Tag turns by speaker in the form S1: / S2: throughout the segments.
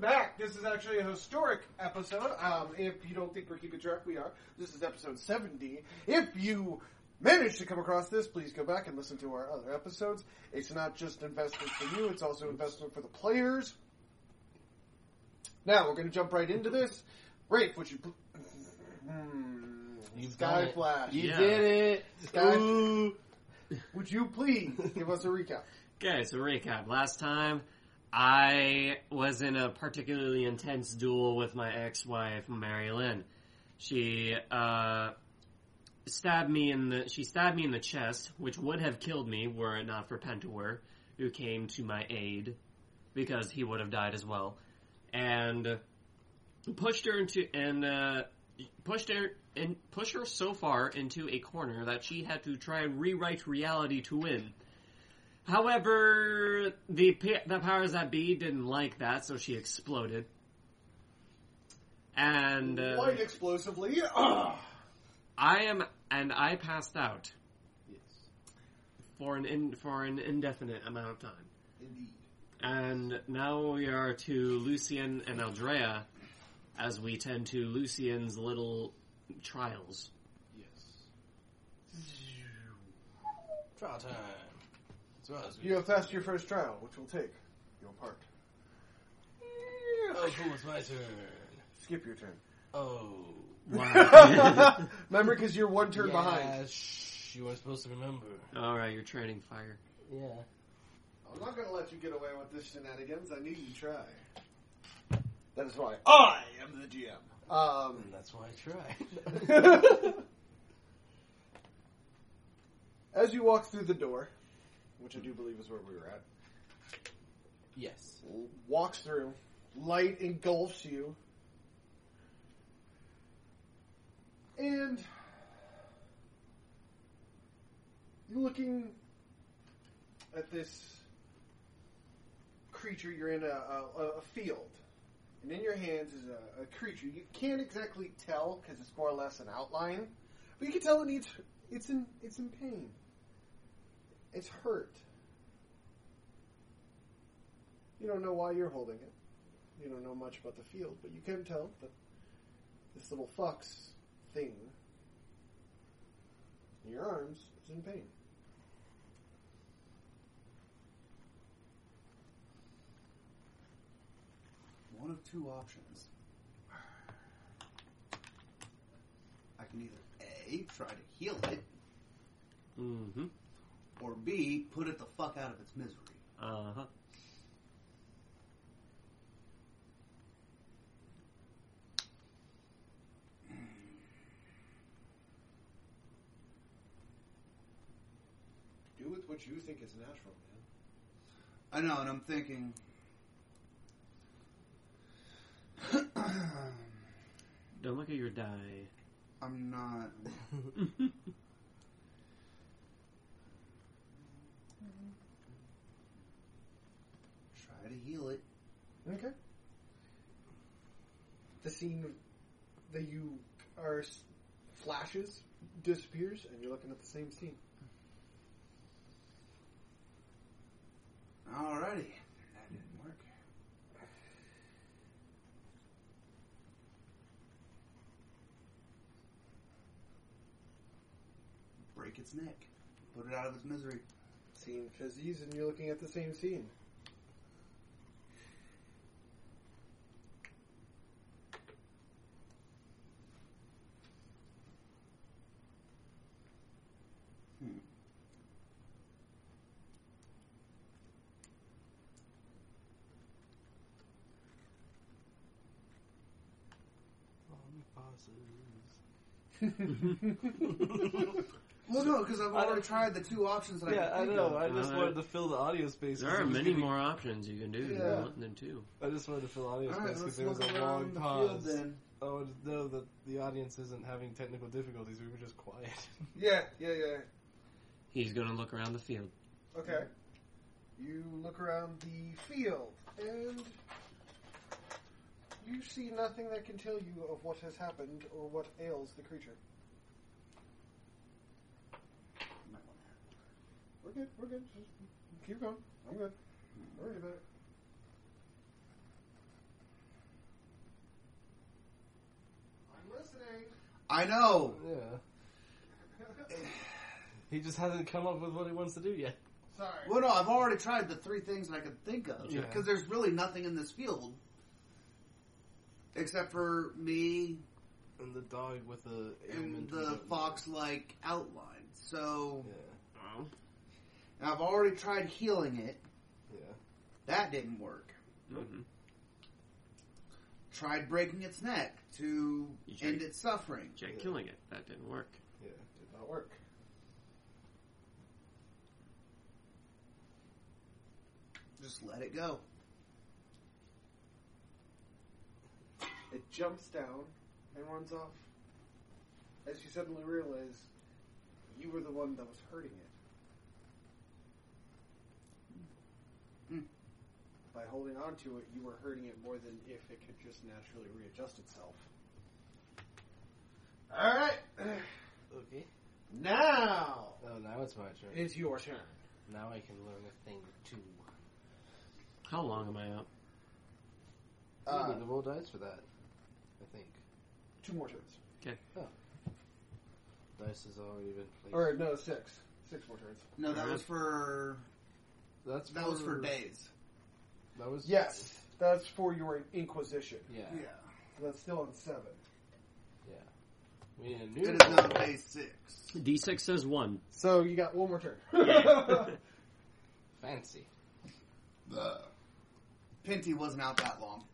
S1: back. This is actually a historic episode. Um, if you don't think we're keeping track, we are. This is episode 70. If you manage to come across this, please go back and listen to our other episodes. It's not just investment for you, it's also investment for the players. Now, we're going to jump right into this. Rafe, would you. Pl- Hmm.
S2: You've got
S1: Sky
S2: it.
S1: Flash.
S2: You
S3: Yeah.
S2: did it.
S1: Sky-
S2: Ooh.
S1: Would you please give us a recap?
S3: Okay, so recap. Last time, I was in a particularly intense duel with my ex-wife, Mary Lynn. She uh, stabbed me in the she stabbed me in the chest, which would have killed me were it not for Pentuer, who came to my aid, because he would have died as well, and pushed her into and uh, pushed her and pushed her so far into a corner that she had to try and rewrite reality to win. However, the p- the powers that be didn't like that, so she exploded. And uh,
S1: Quite explosively. Ah.
S3: I am, and I passed out
S2: Yes,
S3: for an in, for an indefinite amount of time.
S2: indeed.
S3: And now we are to Lucian and Aldrea, as we tend to Lucian's little trials.
S2: Yes. Trial time. That's what I was
S1: You have passed your first trial, which will take your part.
S2: Oh, cool, it's my turn.
S1: Skip your turn.
S2: Oh.
S3: Wow.
S1: Remember, because you're one turn
S2: yeah,
S1: behind.
S2: Shh, you weren't supposed to remember.
S3: All right, you're training fire.
S2: Yeah.
S1: I'm not going to let you get away with this shenanigans. I need you to try. That is why I am the GM. Um,
S2: And that's why I tried.
S1: as you walk through the door, which I do believe is where we were at,
S2: yes.
S1: walks through, light engulfs you, and you're looking at this creature. You're in a, a, a field, and in your hands is a, a creature. You can't exactly tell because it's more or less an outline, but you can tell it needs it's in it's in pain. It's hurt. You don't know why you're holding it. You don't know much about the field, but you can tell that this little fox thing in your arms is in pain.
S4: One of two options. I can either A, try to heal it,
S3: Mm-hmm.
S4: or B, put it the fuck out of its misery.
S3: Uh huh.
S1: Do with what you think is natural, man.
S4: I know, and I'm thinking.
S3: Don't look at your die.
S4: I'm not. Try to heal it.
S1: Okay. The scene that you are s- flashes, disappears, and you're looking at the same scene.
S4: Alrighty. That didn't work. Break its neck. Put it out of its misery.
S1: Scene fizzies, and you're looking at the same scene.
S4: Well, no, because I've
S5: I
S4: already
S5: don't-
S4: tried the two options that
S5: Yeah, I
S4: I could think
S5: know.
S4: of.
S5: I just
S3: Uh,
S5: wanted to fill the audio space.
S3: There
S5: 'cause
S3: are
S5: it was
S3: many
S5: getting-
S3: more options you can do
S1: Yeah.
S3: than one than two.
S5: I just wanted to fill audio
S4: All right,
S5: space because
S4: let's
S5: there was
S4: look
S5: a long
S4: around the field
S5: pause.
S4: then.
S5: I wanted to know that the audience isn't having technical difficulties. We were just quiet.
S1: Yeah, yeah, yeah.
S3: He's gonna look around the field.
S1: Okay. You look around the field, and you see nothing that can tell you of what has happened or what ails the creature. We're good, we're good. Just keep going. I'm good. Don't worry about it. thing.
S4: I know.
S5: Yeah. He just hasn't come up with what he wants to do yet.
S1: Sorry.
S4: Well, no, I've already tried the three things that I could think of because
S5: Yeah.
S4: there's really nothing in this field except for me
S5: And the dog with the
S4: and
S5: ailment we
S4: the
S5: don't know.
S4: fox-like outline. So
S5: Yeah,
S3: Oh.
S4: and I've already tried healing it.
S5: yeah.
S4: That didn't work.
S3: mhm.
S4: Tried breaking its neck to
S3: You tried-
S4: end its suffering.
S3: Jack killing it. That didn't work.
S5: Yeah.
S1: Did not work.
S4: Just let it go.
S1: It jumps down and runs off. As you suddenly realize you were the one that was hurting it.
S4: Hmm.
S1: By holding on to it, you were hurting it more than if it could just naturally readjust itself. Alright!
S5: Okay.
S1: Now
S5: Oh, now it's my turn.
S1: is your turn.
S2: Now I can learn a thing or two.
S3: How long am I up?
S5: You
S1: Uh,
S5: need to roll dice for that. I think
S1: two more turns.
S5: dice has already been placed.
S1: Or no, six. Six more turns.
S4: No, that
S3: Alright.
S4: was for
S5: That's
S4: that was for days.
S5: That was
S1: Yes, that's for your Inquisition.
S5: Yeah.
S1: That's still on seven.
S5: We need a new.
S4: It is now
S5: roll.
S4: day six.
S3: D6 says one.
S1: So you got one more turn.
S5: Fancy.
S4: Pinty wasn't out that long.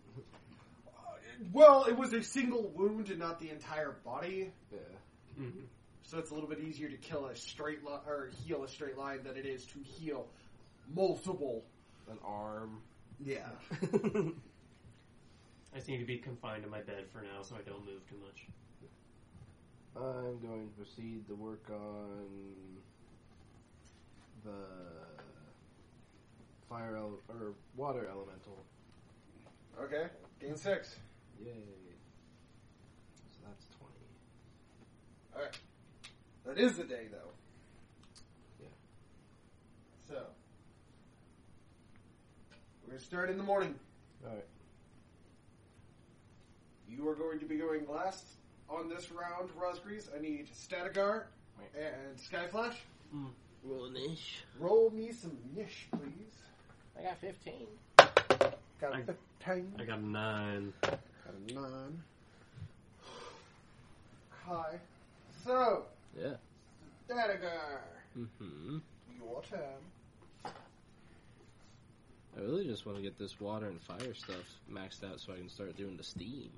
S1: well, it was a single wound and not the entire body,
S5: Yeah.
S3: Mhm.
S1: so it's a little bit easier to kill a straight line or heal a straight line than it is to heal multiple.
S5: An arm.
S4: Yeah.
S3: Mm-hmm. I just need to be confined to my bed for now so I don't move too much.
S5: I'm going to proceed to work on the fire ele- or water elemental.
S1: Okay, gain six.
S5: Yay. So that's twenty.
S1: That is the day, though.
S5: Yeah.
S1: So we're gonna start in the morning.
S5: All right.
S1: You are going to be going last on this round, Rosgrees. I need Statigar and Skyflash.
S2: Rolling ish.
S1: Roll me some nish, please.
S2: I got 15.
S1: Got
S3: I-
S1: a fifteen.
S3: I got a nine.
S1: Got a nine. Hi. So,
S2: Yeah.
S1: Statigar,
S2: Mm-hmm.
S1: your turn.
S2: I really just want to get this water and fire stuff maxed out so I can start doing the steam.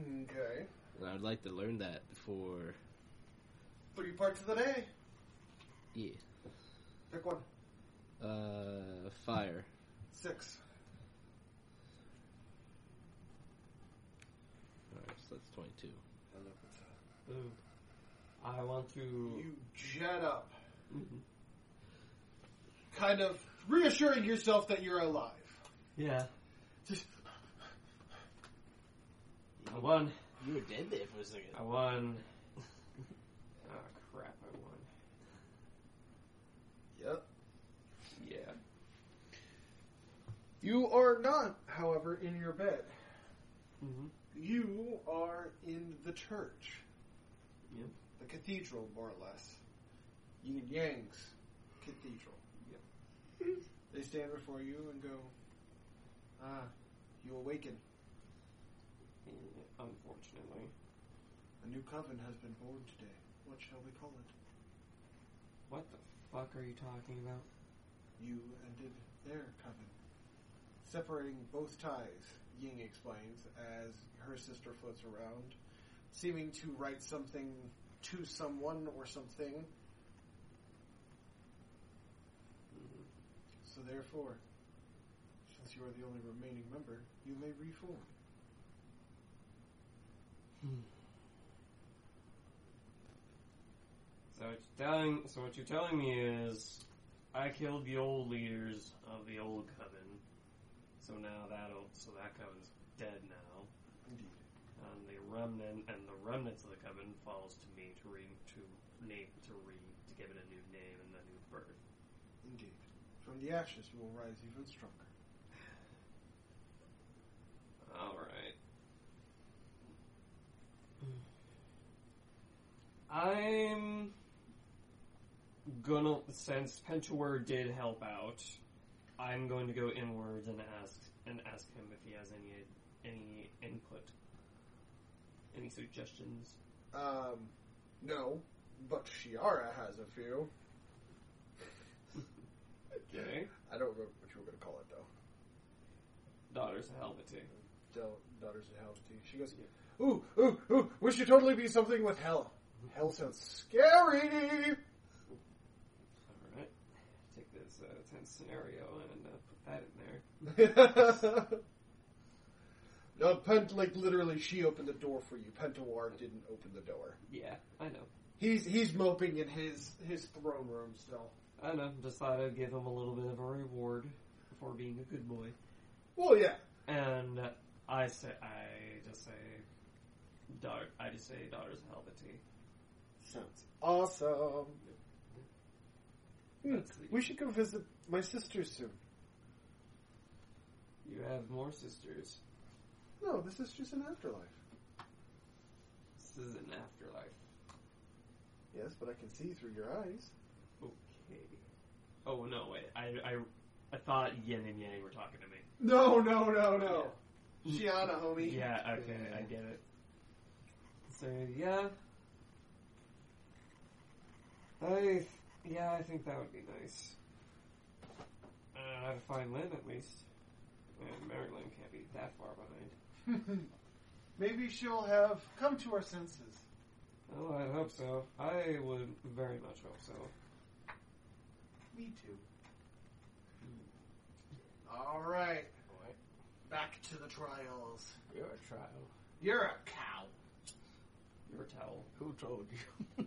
S1: Okay.
S2: And I'd like to learn that before.
S1: Three parts of the day.
S2: Yeah.
S1: Pick one.
S2: Uh, fire.
S1: Six.
S2: Alright, so that's 22.
S3: I want to. mm-hmm.
S1: You jet up, kind of reassuring yourself that you're alive.
S3: Yeah.
S1: Just
S3: I won.
S2: You were dead there for a second.
S3: I won. Oh, crap, I won.
S1: Yep.
S3: Yeah.
S1: You are not, however, in your bed.
S3: Mhm.
S1: You are in the church.
S3: Yep.
S1: The cathedral, more or less. Yin and Yang's cathedral. Yep. they stand before you and go, Ah, you awaken.
S3: Mm, Unfortunately.
S1: A new coven has been born today. What shall we call it?
S3: What the fuck are you talking about?
S1: You ended their coven. Separating both ties, Ying explains, as her sister floats around, seeming to write something to someone or something.
S3: Mm.
S1: So therefore, since you are the only remaining member, you may reform.
S3: So what you're telling, so what you're telling me is, I killed the old leaders of the old coven, so now that old, so that coven's dead now,
S1: Indeed.
S3: and the remnant and the remnants of the coven falls to me to re to name to re to give it a new name and a new birth.
S1: Indeed. From the ashes you will rise even stronger.
S3: All right. gonna since Pentuer did help out, I'm going to go inwards and ask and ask him if he has any any input, any suggestions.
S1: Um, no, but Shiara has a few.
S3: Okay,
S1: I don't remember what you were going to call it though.
S3: daughters of Helvetii.
S1: Del- Daughters of Hell. She goes, ooh, ooh, ooh. We should totally be something with hell. Hell sounds scary.
S3: All right, take this uh, tense scenario and uh, put that in there.
S1: no, Pent like literally, she opened the door for you. Pentawar didn't open the door.
S3: Yeah, I know,
S1: He's he's moping in his his throne room still.
S3: I know. Just thought I'd give him a little bit of a reward for being a good boy.
S1: Well, yeah.
S3: And I say, I just say, daugh- I just say, daughters of Helvetii.
S1: Sounds awesome. Hmm,
S3: That's the-
S1: we should go visit my sisters soon.
S3: You have more sisters.
S1: No, this is just an afterlife.
S3: This is an afterlife.
S1: Yes, but I can see through your eyes.
S3: Okay. Oh no, wait. I, I, I thought Yin and Yang were talking to me.
S1: No, no, no,
S4: Oh.
S1: Shiana, homie.
S3: Yeah. Okay, I get it. So yeah. I yeah, I think that would be nice. Uh, I'd find Lynn at least. And Marilyn can't be that far behind.
S1: Maybe she'll have come to her senses.
S3: Oh, I hope so. I would very much hope so.
S1: Me too. All right,
S2: Alright.
S1: back to the trials.
S2: You're a trial.
S1: You're a cow.
S3: Your towel.
S4: Who told you?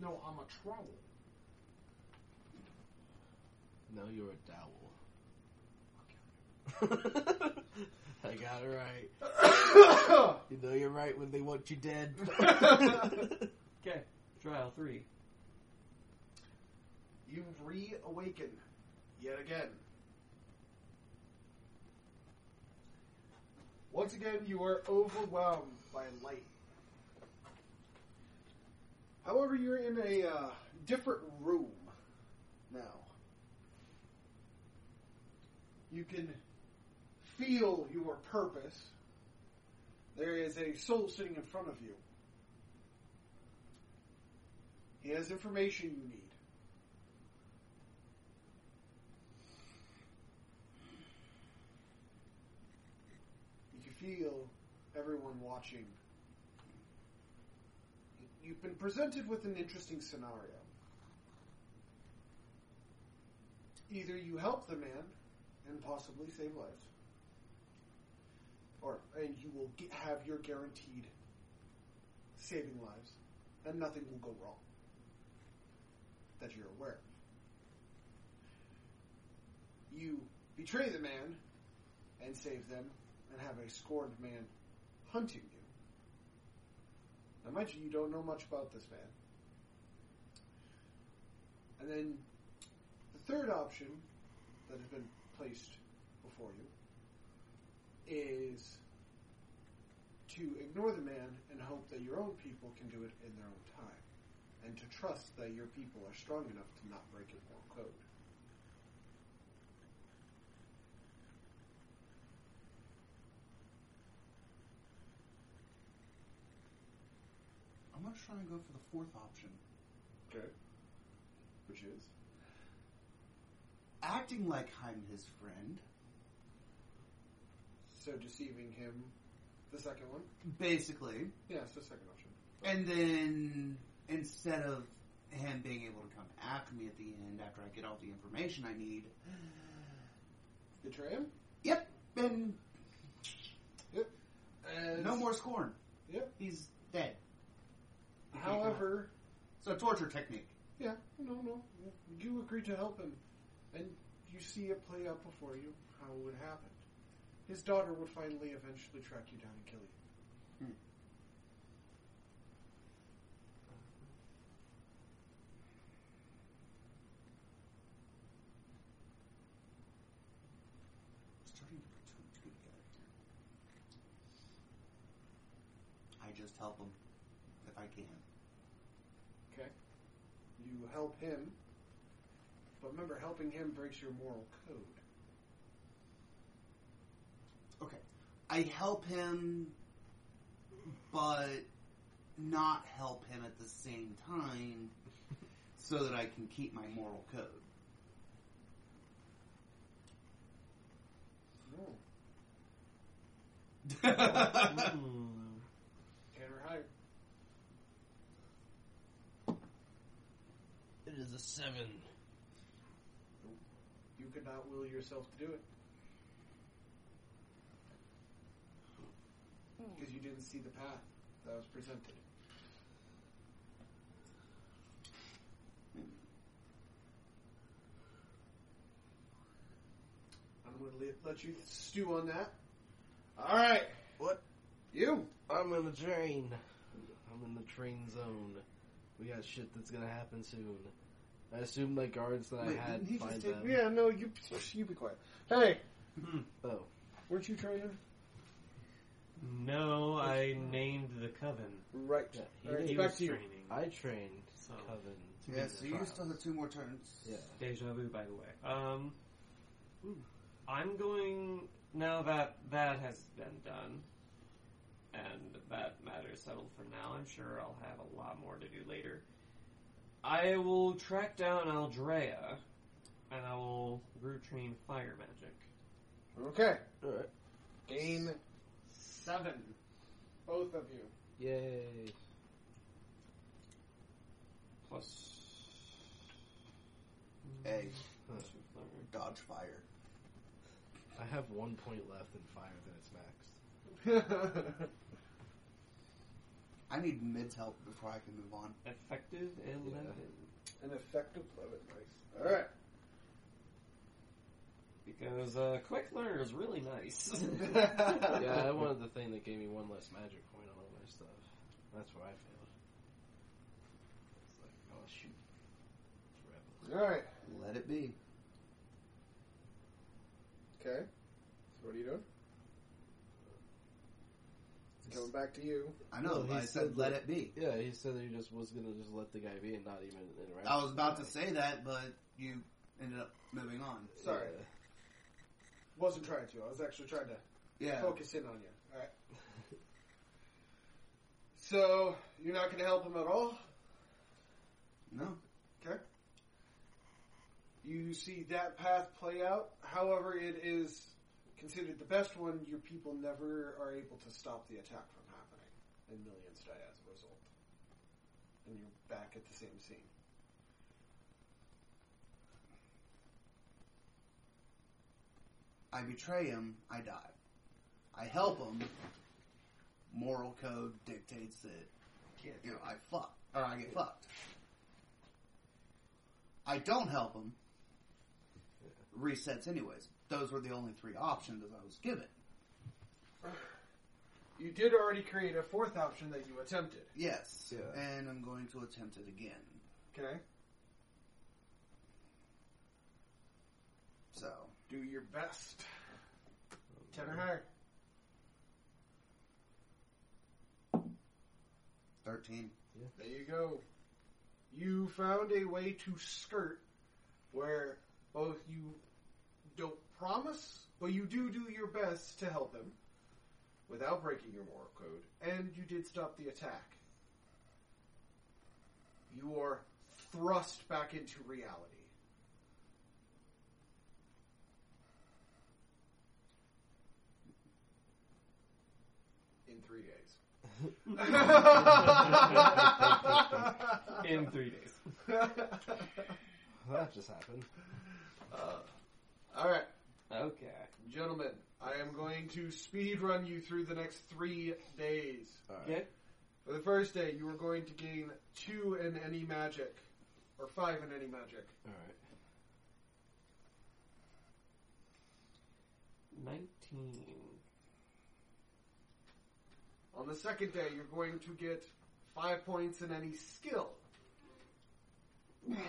S1: No, I'm a troll.
S2: No, you're a dowel.
S4: I got it right. You know you're right when they want you dead.
S3: Okay, trial three.
S1: You've reawakened yet again. Once again, you are overwhelmed by light. However, you're in a uh, different room now. You can feel your purpose. There is a soul sitting in front of you. He has information you need. You can feel everyone watching. You've been presented with an interesting scenario. Either you help the man and possibly save lives, or and you will ge- have your guaranteed saving lives, and nothing will go wrong that you're aware. of. You betray the man and save them, and have a scorned man hunting you. Now, mind you, you don't know much about this man. And then the third option that has been placed before you is to ignore the man and hope that your own people can do it in their own time, and to trust that your people are strong enough to not break his moral code.
S4: I'm gonna try and go for the fourth option.
S1: Okay. Which is?
S4: Acting like I'm his friend,
S1: So deceiving him. The second one?
S4: basically,
S1: Yeah, it's the second option.
S4: and then instead of him being able to come after me at the end after I get all the information I need,
S1: Betray him?
S4: yep, and
S1: And
S4: no more scorn.
S1: Yep.
S4: He's dead. He can't come out.
S1: However,
S4: so a torture technique.
S1: yeah, no, no. You agree to help him, and you see it play out before you how it would happen. His daughter would finally eventually track you down and kill you.
S4: starting to put two and two together here. I just help him if I can.
S1: Okay. you help him. But remember, helping him breaks your moral code.
S4: Okay. I help him, but not help him at the same time so that I can keep my moral code.
S1: No.
S2: Mm-hmm.
S4: Hmm.
S5: Mm.
S1: Ten or higher.
S2: It is a seven.
S1: You could not will yourself to do it. Because you didn't see the path that was presented. Hmm. I'm going to let you stew on that. All right.
S2: What?
S1: You.
S2: I'm in the train. I'm in the train zone. We got shit that's gonna happen soon. I assume my guards that
S1: Wait,
S2: I had
S1: didn't he
S2: find
S1: just take-
S2: them.
S1: yeah, no, you, you be quiet. Hey,
S2: Oh,
S1: weren't you trying?
S3: No, I named the coven.
S1: Right.
S2: yeah.
S1: All right,
S2: he-
S3: He
S1: back
S3: was
S1: to you.
S3: training.
S2: I trained
S3: So.
S2: Coven. to
S4: yeah,
S2: be
S4: so
S2: the
S4: you
S2: trial.
S4: still have two more turns.
S2: Yeah.
S3: Deja vu, by the way. Um, I'm going now that that has been done, and that matter is settled for now. I'm sure I'll have a lot more to do later. I will track down Aldrea, and I will retrain fire magic.
S1: Okay.
S2: Alright.
S1: Gain
S3: Seven.
S1: both of you.
S2: Yay.
S3: Plus.
S4: Hey,
S3: Plus your flavor.
S4: dodge fire.
S2: I have one point left in fire that it's maxed.
S4: I need mid's help before I can move on.
S3: Effective eleven.
S1: An effective limit, nice. All right.
S3: Because uh, quick learner is really nice.
S2: yeah, I wanted the thing that gave me one less magic point on all my stuff. That's where I failed. It's like, oh shoot. Rebel.
S1: All right.
S4: Let it be.
S1: Okay. So what are you doing? Coming back to you.
S4: I
S2: No,
S4: know,
S2: he
S4: I said
S2: said
S4: let
S2: that-
S4: it be.
S2: Yeah, he said that he just was gonna just let the guy be and not even interact.
S4: I was about to say that, but you ended up moving on.
S1: Sorry. Wasn't trying to. I was actually trying to
S4: Yeah.
S1: focus in on you. All right. So you're not going to help him at all.
S4: No.
S1: You see that path play out. However, it is considered the best one. Your people never are able to stop the attack from happening, and millions die as a result. And you're back at the same scene.
S4: I betray him, I die. I help him. Moral code dictates that you know I fuck or I get fucked. I don't help him. Resets anyways. Those were the only three options that I was given.
S1: You did already create a fourth option that you attempted.
S4: Yes,
S2: Yeah.
S4: and I'm going to attempt it again.
S1: Okay.
S4: So
S1: Do your best. Ten or higher.
S4: thirteen.
S1: There you go. You found a way to skirt where both you don't promise, but you do do your best to help him without breaking your moral code, and you did stop the attack. You are thrust back into reality. In three days.
S3: In three days.
S1: uh,
S2: Well, that just happened.
S1: all right,
S3: Okay.
S1: gentlemen, I am going to speed run you through the next three days.
S2: Alright.
S3: Good.
S1: For the first day, you are going to gain two in any magic, or five in any magic.
S2: Alright.
S3: 19.
S1: On the second day, you're going to get five points in any skill.
S3: Mm-hmm.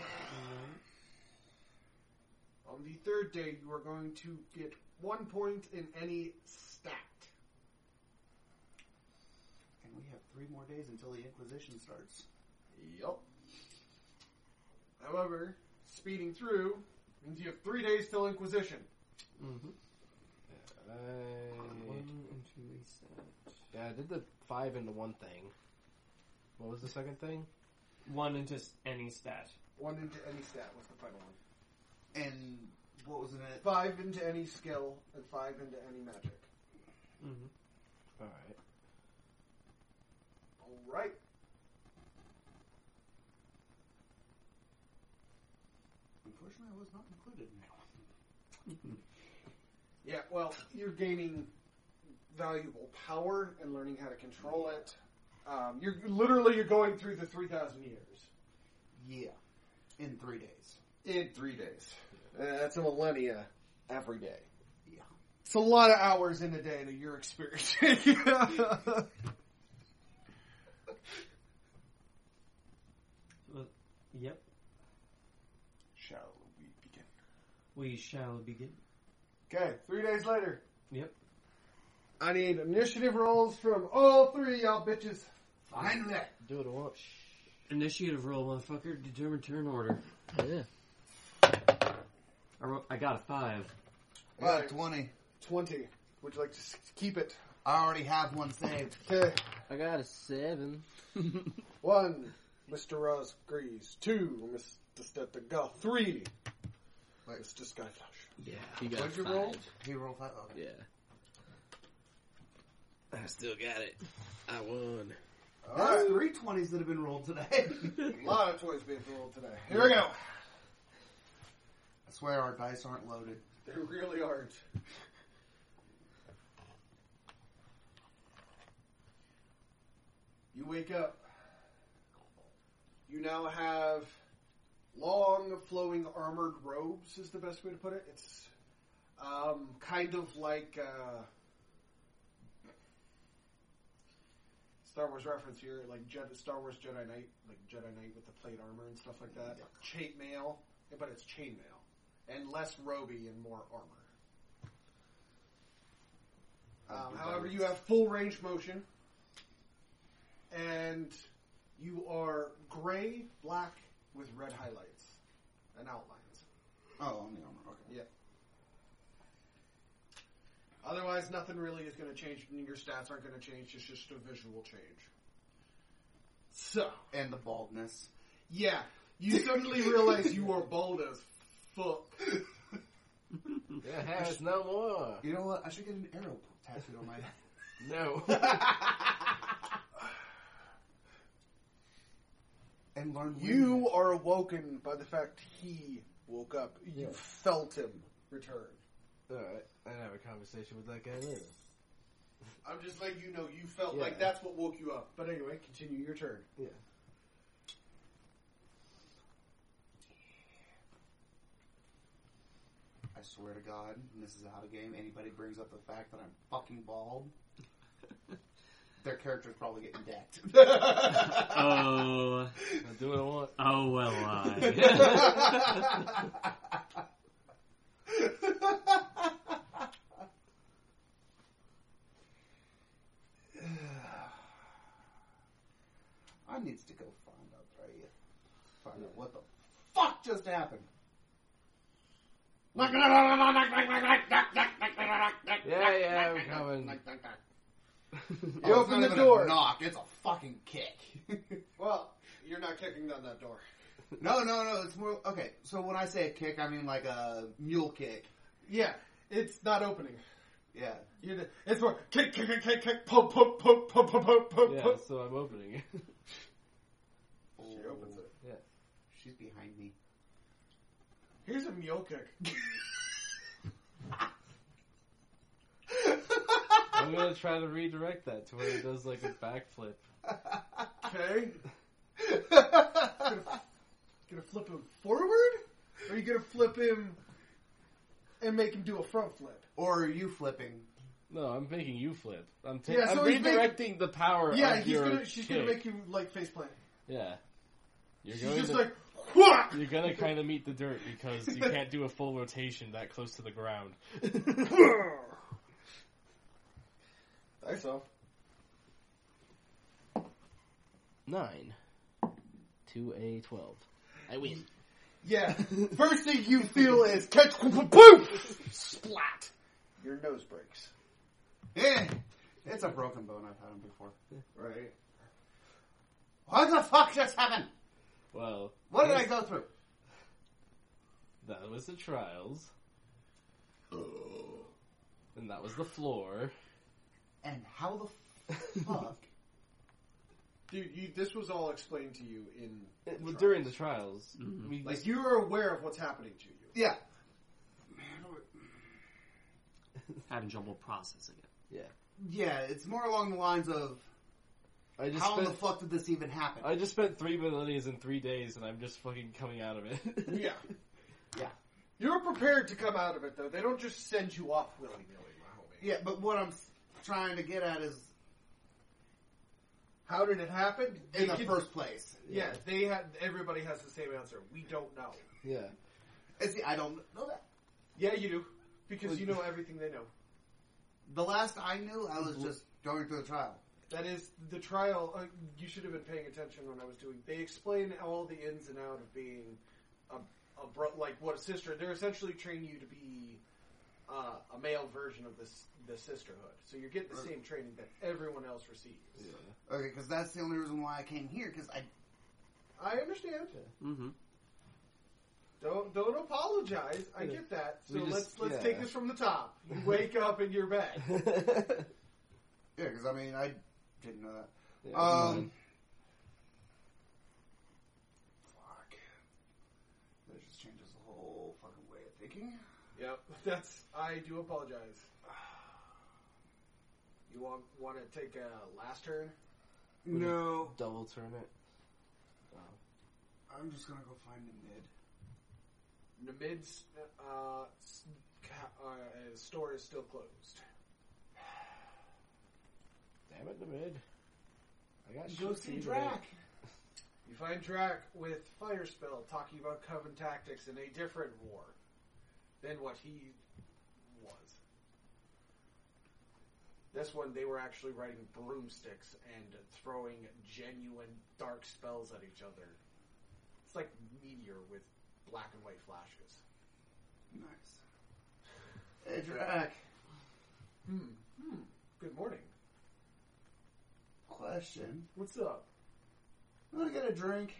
S1: On the third day, you are going to get one point in any stat.
S4: And we have three more days until the Inquisition starts.
S1: Yep. However, speeding through means you have three days till Inquisition.
S3: Mm-hmm.
S5: I,
S3: entry
S5: yeah, I did the five into one thing. What was the second thing?
S3: One into s- any stat.
S1: One into any stat was the final one.
S4: And what was in it?
S1: Five into any skill, and five into any magic.
S3: Mm-hmm.
S5: All right.
S1: Alright.
S4: Unfortunately, I was not included in that one.
S1: Yeah, well, you're gaining valuable power and learning how to control it. Um, you're literally you're going through the three thousand years
S4: Yeah. In three days.
S1: in three days. Uh, that's a millennia every day.
S4: Yeah.
S1: It's a lot of hours in a day that you're experiencing.
S3: Yep.
S1: Shall we begin?
S3: We shall begin.
S1: Okay, three days later.
S3: Yep.
S1: I need initiative rolls from all three of y'all bitches.
S4: Finally!
S5: Do it once.
S3: Initiative roll, motherfucker. Determine turn order. Yeah. I, wrote, I got a five.
S4: I got
S1: Right.
S4: 20.
S1: Twenty. Would you like to s- keep it?
S4: I already have one saved.
S1: Okay.
S2: I got a seven.
S1: One, Mr. Ross Grease. Two, Mr. Stetagal. Three,
S4: Wait.
S1: Mr. Skyflash.
S2: Yeah. You got
S4: What'd you
S2: five.
S4: roll? He rolled five. Oh. Okay.
S2: Yeah. I still got it. I won.
S4: That's
S1: Alright.
S4: three 20s that have been rolled today.
S1: A lot of toys being rolled today. Here we go.
S4: I swear our dice aren't loaded.
S1: They really aren't. You wake up. You now have long, flowing armored robes, is the best way to put it. It's um, kind of like uh, Star Wars reference here, like Jedi, Star Wars Jedi Knight, like Jedi Knight with the plate armor and stuff like that. Chainmail, but it's chainmail and less roby and more armor. Um, however, you have full range motion, and you are gray, black with red highlights and outlines.
S4: Oh, on the armor. Okay.
S1: Otherwise, nothing really is going to change. and Your stats aren't going to change. It's just a visual change. So,
S4: And the baldness.
S1: yeah, you suddenly realize you are bald as fuck.
S5: Yeah, has no more.
S4: You know what? I should get an arrow tattooed on my back.
S5: No.
S4: and learn
S1: You are awoken by the fact he woke up. You
S5: Yeah.
S1: felt him return.
S5: All right. I didn't have a conversation with that guy later.
S1: I'm just letting you know you felt
S5: Yeah.
S1: like that's what woke you up. But anyway, continue your turn.
S5: Yeah.
S4: I swear to God, and this is out of game. Anybody brings up the fact that I'm fucking bald, their character's probably getting decked.
S3: Oh,
S5: I do what I want.
S3: oh well. I.
S4: I needs to go find out, right? Find out what the fuck just happened.
S5: Yeah, yeah, I'm coming.
S1: You
S4: Oh, it's
S1: open
S4: not
S1: the
S4: even a
S1: door.
S4: Knock. It's a fucking kick.
S1: Well, you're not kicking down that door.
S4: no, no, no. It's more okay. So when I say a kick, I mean like a mule kick.
S1: Yeah, it's not opening.
S4: Yeah.
S1: You're the, it's more kick, kick, kick, kick, kick, poke, poke, poke, poke, poke, poke, poke,
S5: Yeah,
S1: poke.
S5: so I'm opening it.
S1: She
S4: Oh,
S1: opens it.
S4: She's behind me.
S1: Here's a mule kick.
S5: I'm gonna try to redirect that to where it does like a backflip.
S1: Okay, gonna flip him forward, or are you gonna flip him and make him do a front flip?
S4: or are you flipping?
S5: No, I'm making you flip. I'm, ta-
S1: Yeah, so
S5: I'm
S1: he's
S5: redirecting the power.
S1: yeah,
S5: of
S1: he's
S5: your
S1: gonna. She's gonna
S5: kick.
S1: make you like face plant.
S5: Yeah, you're
S1: She's
S5: going
S1: just
S5: to.
S1: like, Whack!
S5: you're gonna kind of meet the dirt because you can't do a full rotation that close to the ground.
S1: I saw.
S2: Nine. To a twelve. I win.
S1: Yeah. First thing you feel is catch poof splat. Your nose breaks.
S4: Eh, it's a broken bone. I've had them before.
S1: Right.
S4: What the fuck just happened?
S2: Well,
S4: What did I go through?
S2: that was the trials. And that was the floor.
S4: And how the fuck?
S1: Dude, you, this was all explained to you in
S2: Well, During the trials,
S3: Mhm.
S2: we
S1: Mm-hmm. like you are aware of what's happening to you.
S4: yeah.
S3: Having trouble processing it.
S4: Yeah, it's more along the lines of
S2: I just
S4: how in
S2: spent,
S4: the fuck did this even happen?
S2: I just spent three abilities in three days, and I'm just fucking coming out of it.
S1: Yeah.
S4: Yeah.
S1: You're prepared to come out of it though. They don't just send you off willy nilly, my homie.
S4: yeah, but what I'm s- trying to get at is
S1: How did it happen?
S4: in
S1: They
S4: the
S1: can-
S4: first place.
S1: Yeah, they had everybody has the same answer. We don't know.
S2: yeah.
S4: And see, I don't know that.
S1: Yeah, you do. Because you know everything they know.
S4: The last I knew, I was just going through the trial.
S1: That is the trial. Uh, you should have been paying attention when I was doing. They explain all the ins and out of being a, a bro, like what a sister. They're essentially training you to be uh, a male version of this the sisterhood. So you're getting the same training that everyone else receives.
S4: Okay, because that's the only reason why I came here. Because I
S1: I understand.
S3: Mm-hmm.
S1: Don't don't apologize. I
S2: Yeah.
S1: get that. So
S2: We just-
S1: let's let's
S2: yeah.
S1: take this from the top. You wake up in your bed.
S4: yeah, because I mean I didn't know that.
S2: Yeah,
S4: um, fuck. That just changes the whole fucking way of thinking.
S1: Yep, that's. I do apologize. You want want to take a last turn?
S4: No,
S2: double turn it.
S4: I'm just gonna go find a mid.
S1: Namid's uh, s- ca- uh, store is still closed.
S2: Damn it, the mid. I got
S4: Go
S2: shit
S4: see
S2: to do
S4: Drac.
S1: You find Drac with Fire Spell talking about Coven tactics in a different war than what he was. This one, they were actually writing broomsticks and throwing genuine dark spells at each other. It's like meteor with black and white flashes.
S4: Nice. Hey, Drac.
S1: Hmm. Hmm. Good morning.
S4: Question.
S1: What's up?
S4: Want to get a drink?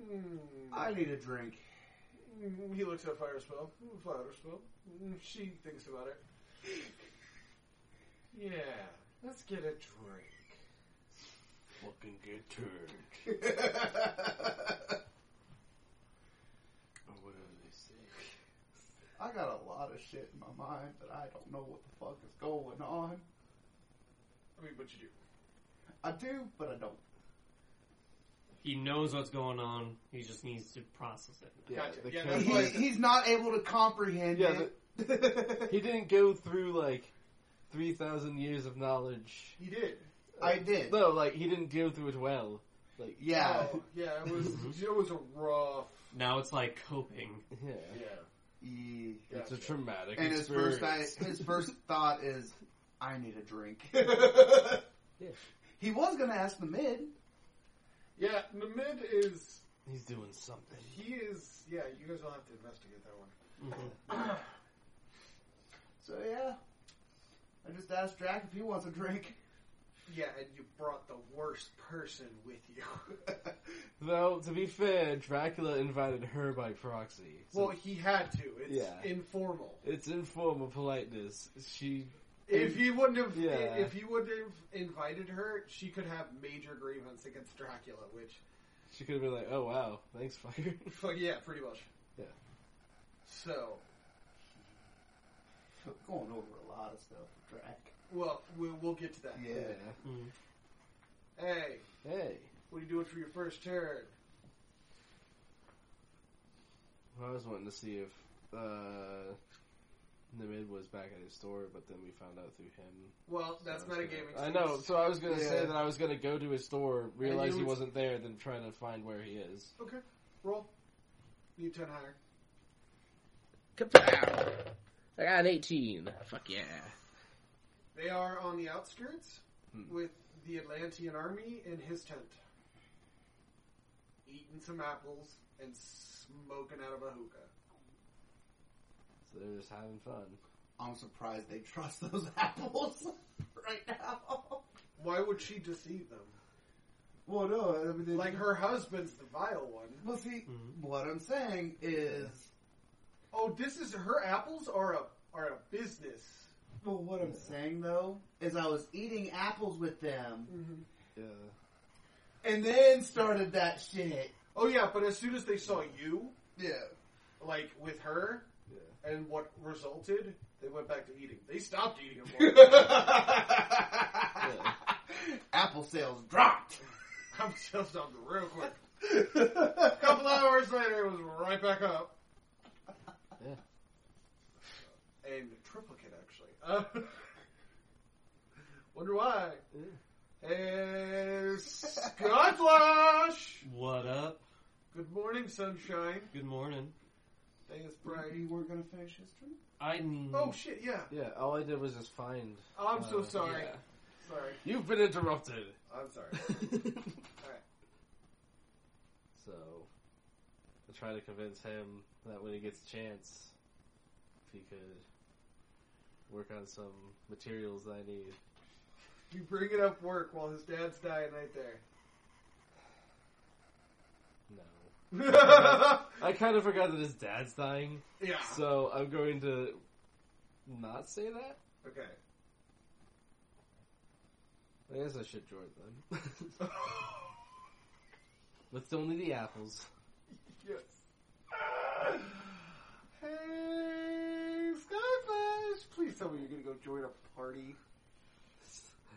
S1: Hmm.
S4: I need a drink.
S1: Mm, He looks at fire spell, Mm, flower spell. Mm, She thinks about it. Yeah, let's get a drink.
S2: Fucking get turned.
S4: I
S2: Or whatever they say.
S4: got a lot of shit in my mind, but I don't know what the fuck is going on.
S1: I mean, what you do?
S4: I do, but I don't.
S3: He knows what's going on. He just needs to process it.
S2: Yeah,
S1: Gotcha.
S2: the
S1: Yeah,
S2: character-
S1: that's why-
S4: He- he's not able to comprehend
S2: Yeah,
S4: it.
S2: He didn't go through like three thousand years of knowledge.
S1: He did.
S4: I did.
S2: No, like he didn't go through it well. Like
S4: Yeah.
S1: Oh, yeah. It was. it was a rough.
S3: Now it's like coping.
S2: yeah,
S1: Yeah.
S4: He-
S2: it's a
S1: Gotcha.
S2: traumatic.
S4: and his
S2: experience.
S4: first, I, his first thought is, "I need a drink."
S2: Yeah.
S4: He was gonna ask the mid.
S1: Yeah. Namid is.
S2: He's doing something.
S1: He is. Yeah. You guys will have to investigate that one.
S4: Mm-hmm. So yeah, I just asked Drac if he wants a drink.
S1: Yeah, and you brought the worst person with you.
S2: Though to be fair, Dracula invited her by proxy. So
S1: well, he had to. It's
S2: Yeah.
S1: informal.
S2: it's informal politeness. She
S1: If he wouldn't have,
S2: Yeah.
S1: if he would have invited her, she could have major grievance against Dracula, which,
S2: she could have been like, "Oh wow, thanks, fire."
S1: fuck yeah, pretty much.
S2: Yeah.
S1: So,
S4: Going over a lot of stuff with Drac.
S1: well, we'll, we'll get to that.
S4: Yeah.
S1: Hey,
S2: Hey,
S1: what are you doing for your first turn?
S2: I was wanting to see if uh, Nimid was back at his store, but then we found out through him
S1: Well, that's
S2: So I was
S1: metagaming.
S2: gonna- I know. So I was gonna say
S4: Yeah.
S2: that I was gonna go to his store, realize
S1: you
S2: he
S1: would-
S2: wasn't there, then trying to find where he is.
S1: Okay, roll. Need ten higher.
S6: Kapow! I got an 18. Fuck yeah.
S1: They are on the outskirts
S2: Hmm.
S1: with the Atlantean army in his tent. eating some apples and smoking out of a hookah.
S2: So they're just having fun.
S4: I'm surprised they trust those apples right now.
S1: Why would she deceive them?
S4: Well, no, I mean, they- Mm-hmm.
S1: Like her husband's the vile one.
S4: Well, see,
S3: Mhm.
S4: what I'm saying is,
S1: Oh, this is her apples are a are a business.
S4: well, what I'm saying though is, I was eating apples with them,
S5: Yeah.
S4: and then started that shit.
S1: Oh yeah, but as soon as they saw you,
S4: Yeah.
S1: like with her,
S5: Yeah.
S1: and what resulted, they went back to eating. They stopped eating. At one point.
S4: Apple sales dropped.
S1: I'm just on the real quick. A couple hours later, it was right back up.
S2: Yeah.
S1: And triplicate, actually. Uh, wonder why. And Scotlash!
S3: What up?
S1: Good morning, sunshine.
S3: Good morning.
S1: Day is bright.
S4: You were gonna finish history.
S3: I
S1: Oh, shit, yeah.
S2: Yeah, all I did was just find.
S1: I'm so
S2: Uh,
S1: sorry.
S2: yeah.
S1: Sorry.
S6: You've been interrupted.
S1: I'm sorry.
S2: So, I try to convince him that when he gets a chance, if he could work on some materials that I need.
S1: You bring it up work while his dad's dying right
S2: No.
S1: there.
S2: I kind of forgot that his dad's dying,
S1: yeah.
S2: so I'm going to not say that.
S1: Okay.
S2: I guess I should Jordan them. but it's only the apples.
S1: Yes. Hey, Skyflash! Please tell me you're gonna go join a party.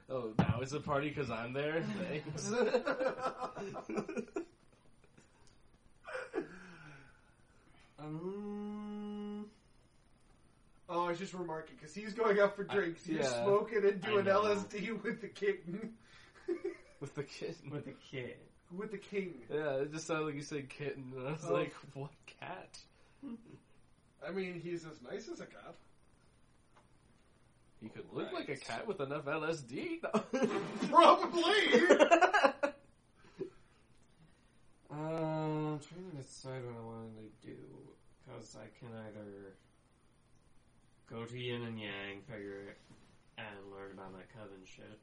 S2: Oh, now it's a party because I'm there? Thanks. um,
S1: Oh, I was just remarking because he's going out for drinks. You're
S2: yeah.
S1: smoking and
S3: I
S1: doing
S3: know.
S1: LSD with the kitten,
S2: with the kitten.
S3: With a kid.
S1: with the king.
S2: Yeah, it just sounded like you said kitten, and I was
S1: Oh.
S2: like, what cat?
S1: I mean, he's as nice as a cat.
S2: You could look like a cat with enough LSD. No.
S1: Probably.
S3: Uh, I'm trying to decide what I want to do because I can either go to Yin and Yang, figure it, and learn about that coven shit,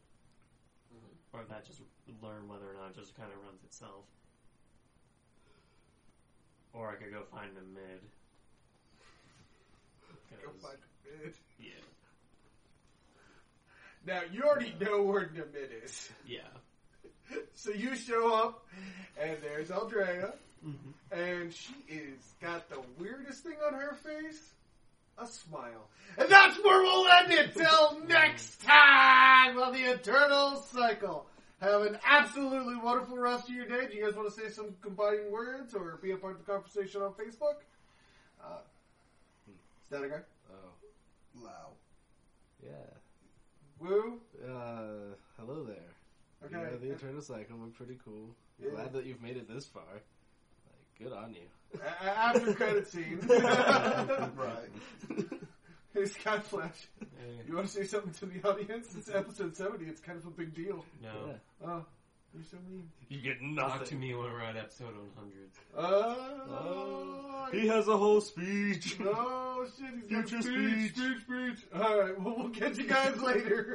S2: Mm-hmm.
S3: or that just learn whether or not it just kind of runs itself. Or I could go find the mid.
S1: Go
S3: 'Cause-
S1: find Mid.
S3: Yeah,
S1: Now you already know where Namid is,
S3: yeah.
S1: so you show up, and there's Aldrea.
S3: Mm-hmm.
S1: and she is got the weirdest thing on her face a smile. And that's where we'll end it till next time on the Eternal Cycle. Have an absolutely wonderful rest of your day. Do you guys want to say some combining words or be a part of the conversation on Facebook? Uh, is that okay?
S2: oh,
S4: Wow.
S2: yeah.
S1: Woo?
S2: Uh, hello there.
S1: Okay.
S2: You know, the Eternal Cycle, we're pretty cool.
S1: Yeah.
S2: Glad that you've made it this far. Like, good on you.
S1: A- a- after credit scene.
S4: Right.
S1: It's Sky Flash.
S3: Eh,
S1: You want to say something to the audience? It's episode 70. It's kind of a big deal.
S3: No,
S2: Yeah.
S1: Oh, you're so mean.
S2: You get
S3: talk to me when we're at episode 100.
S1: Oh,
S2: Ah. He has a whole speech.
S1: oh shit, he's got
S2: Future
S1: speech, speech,
S2: speech.
S1: speech, speech. Alright, well, we'll catch you guys later.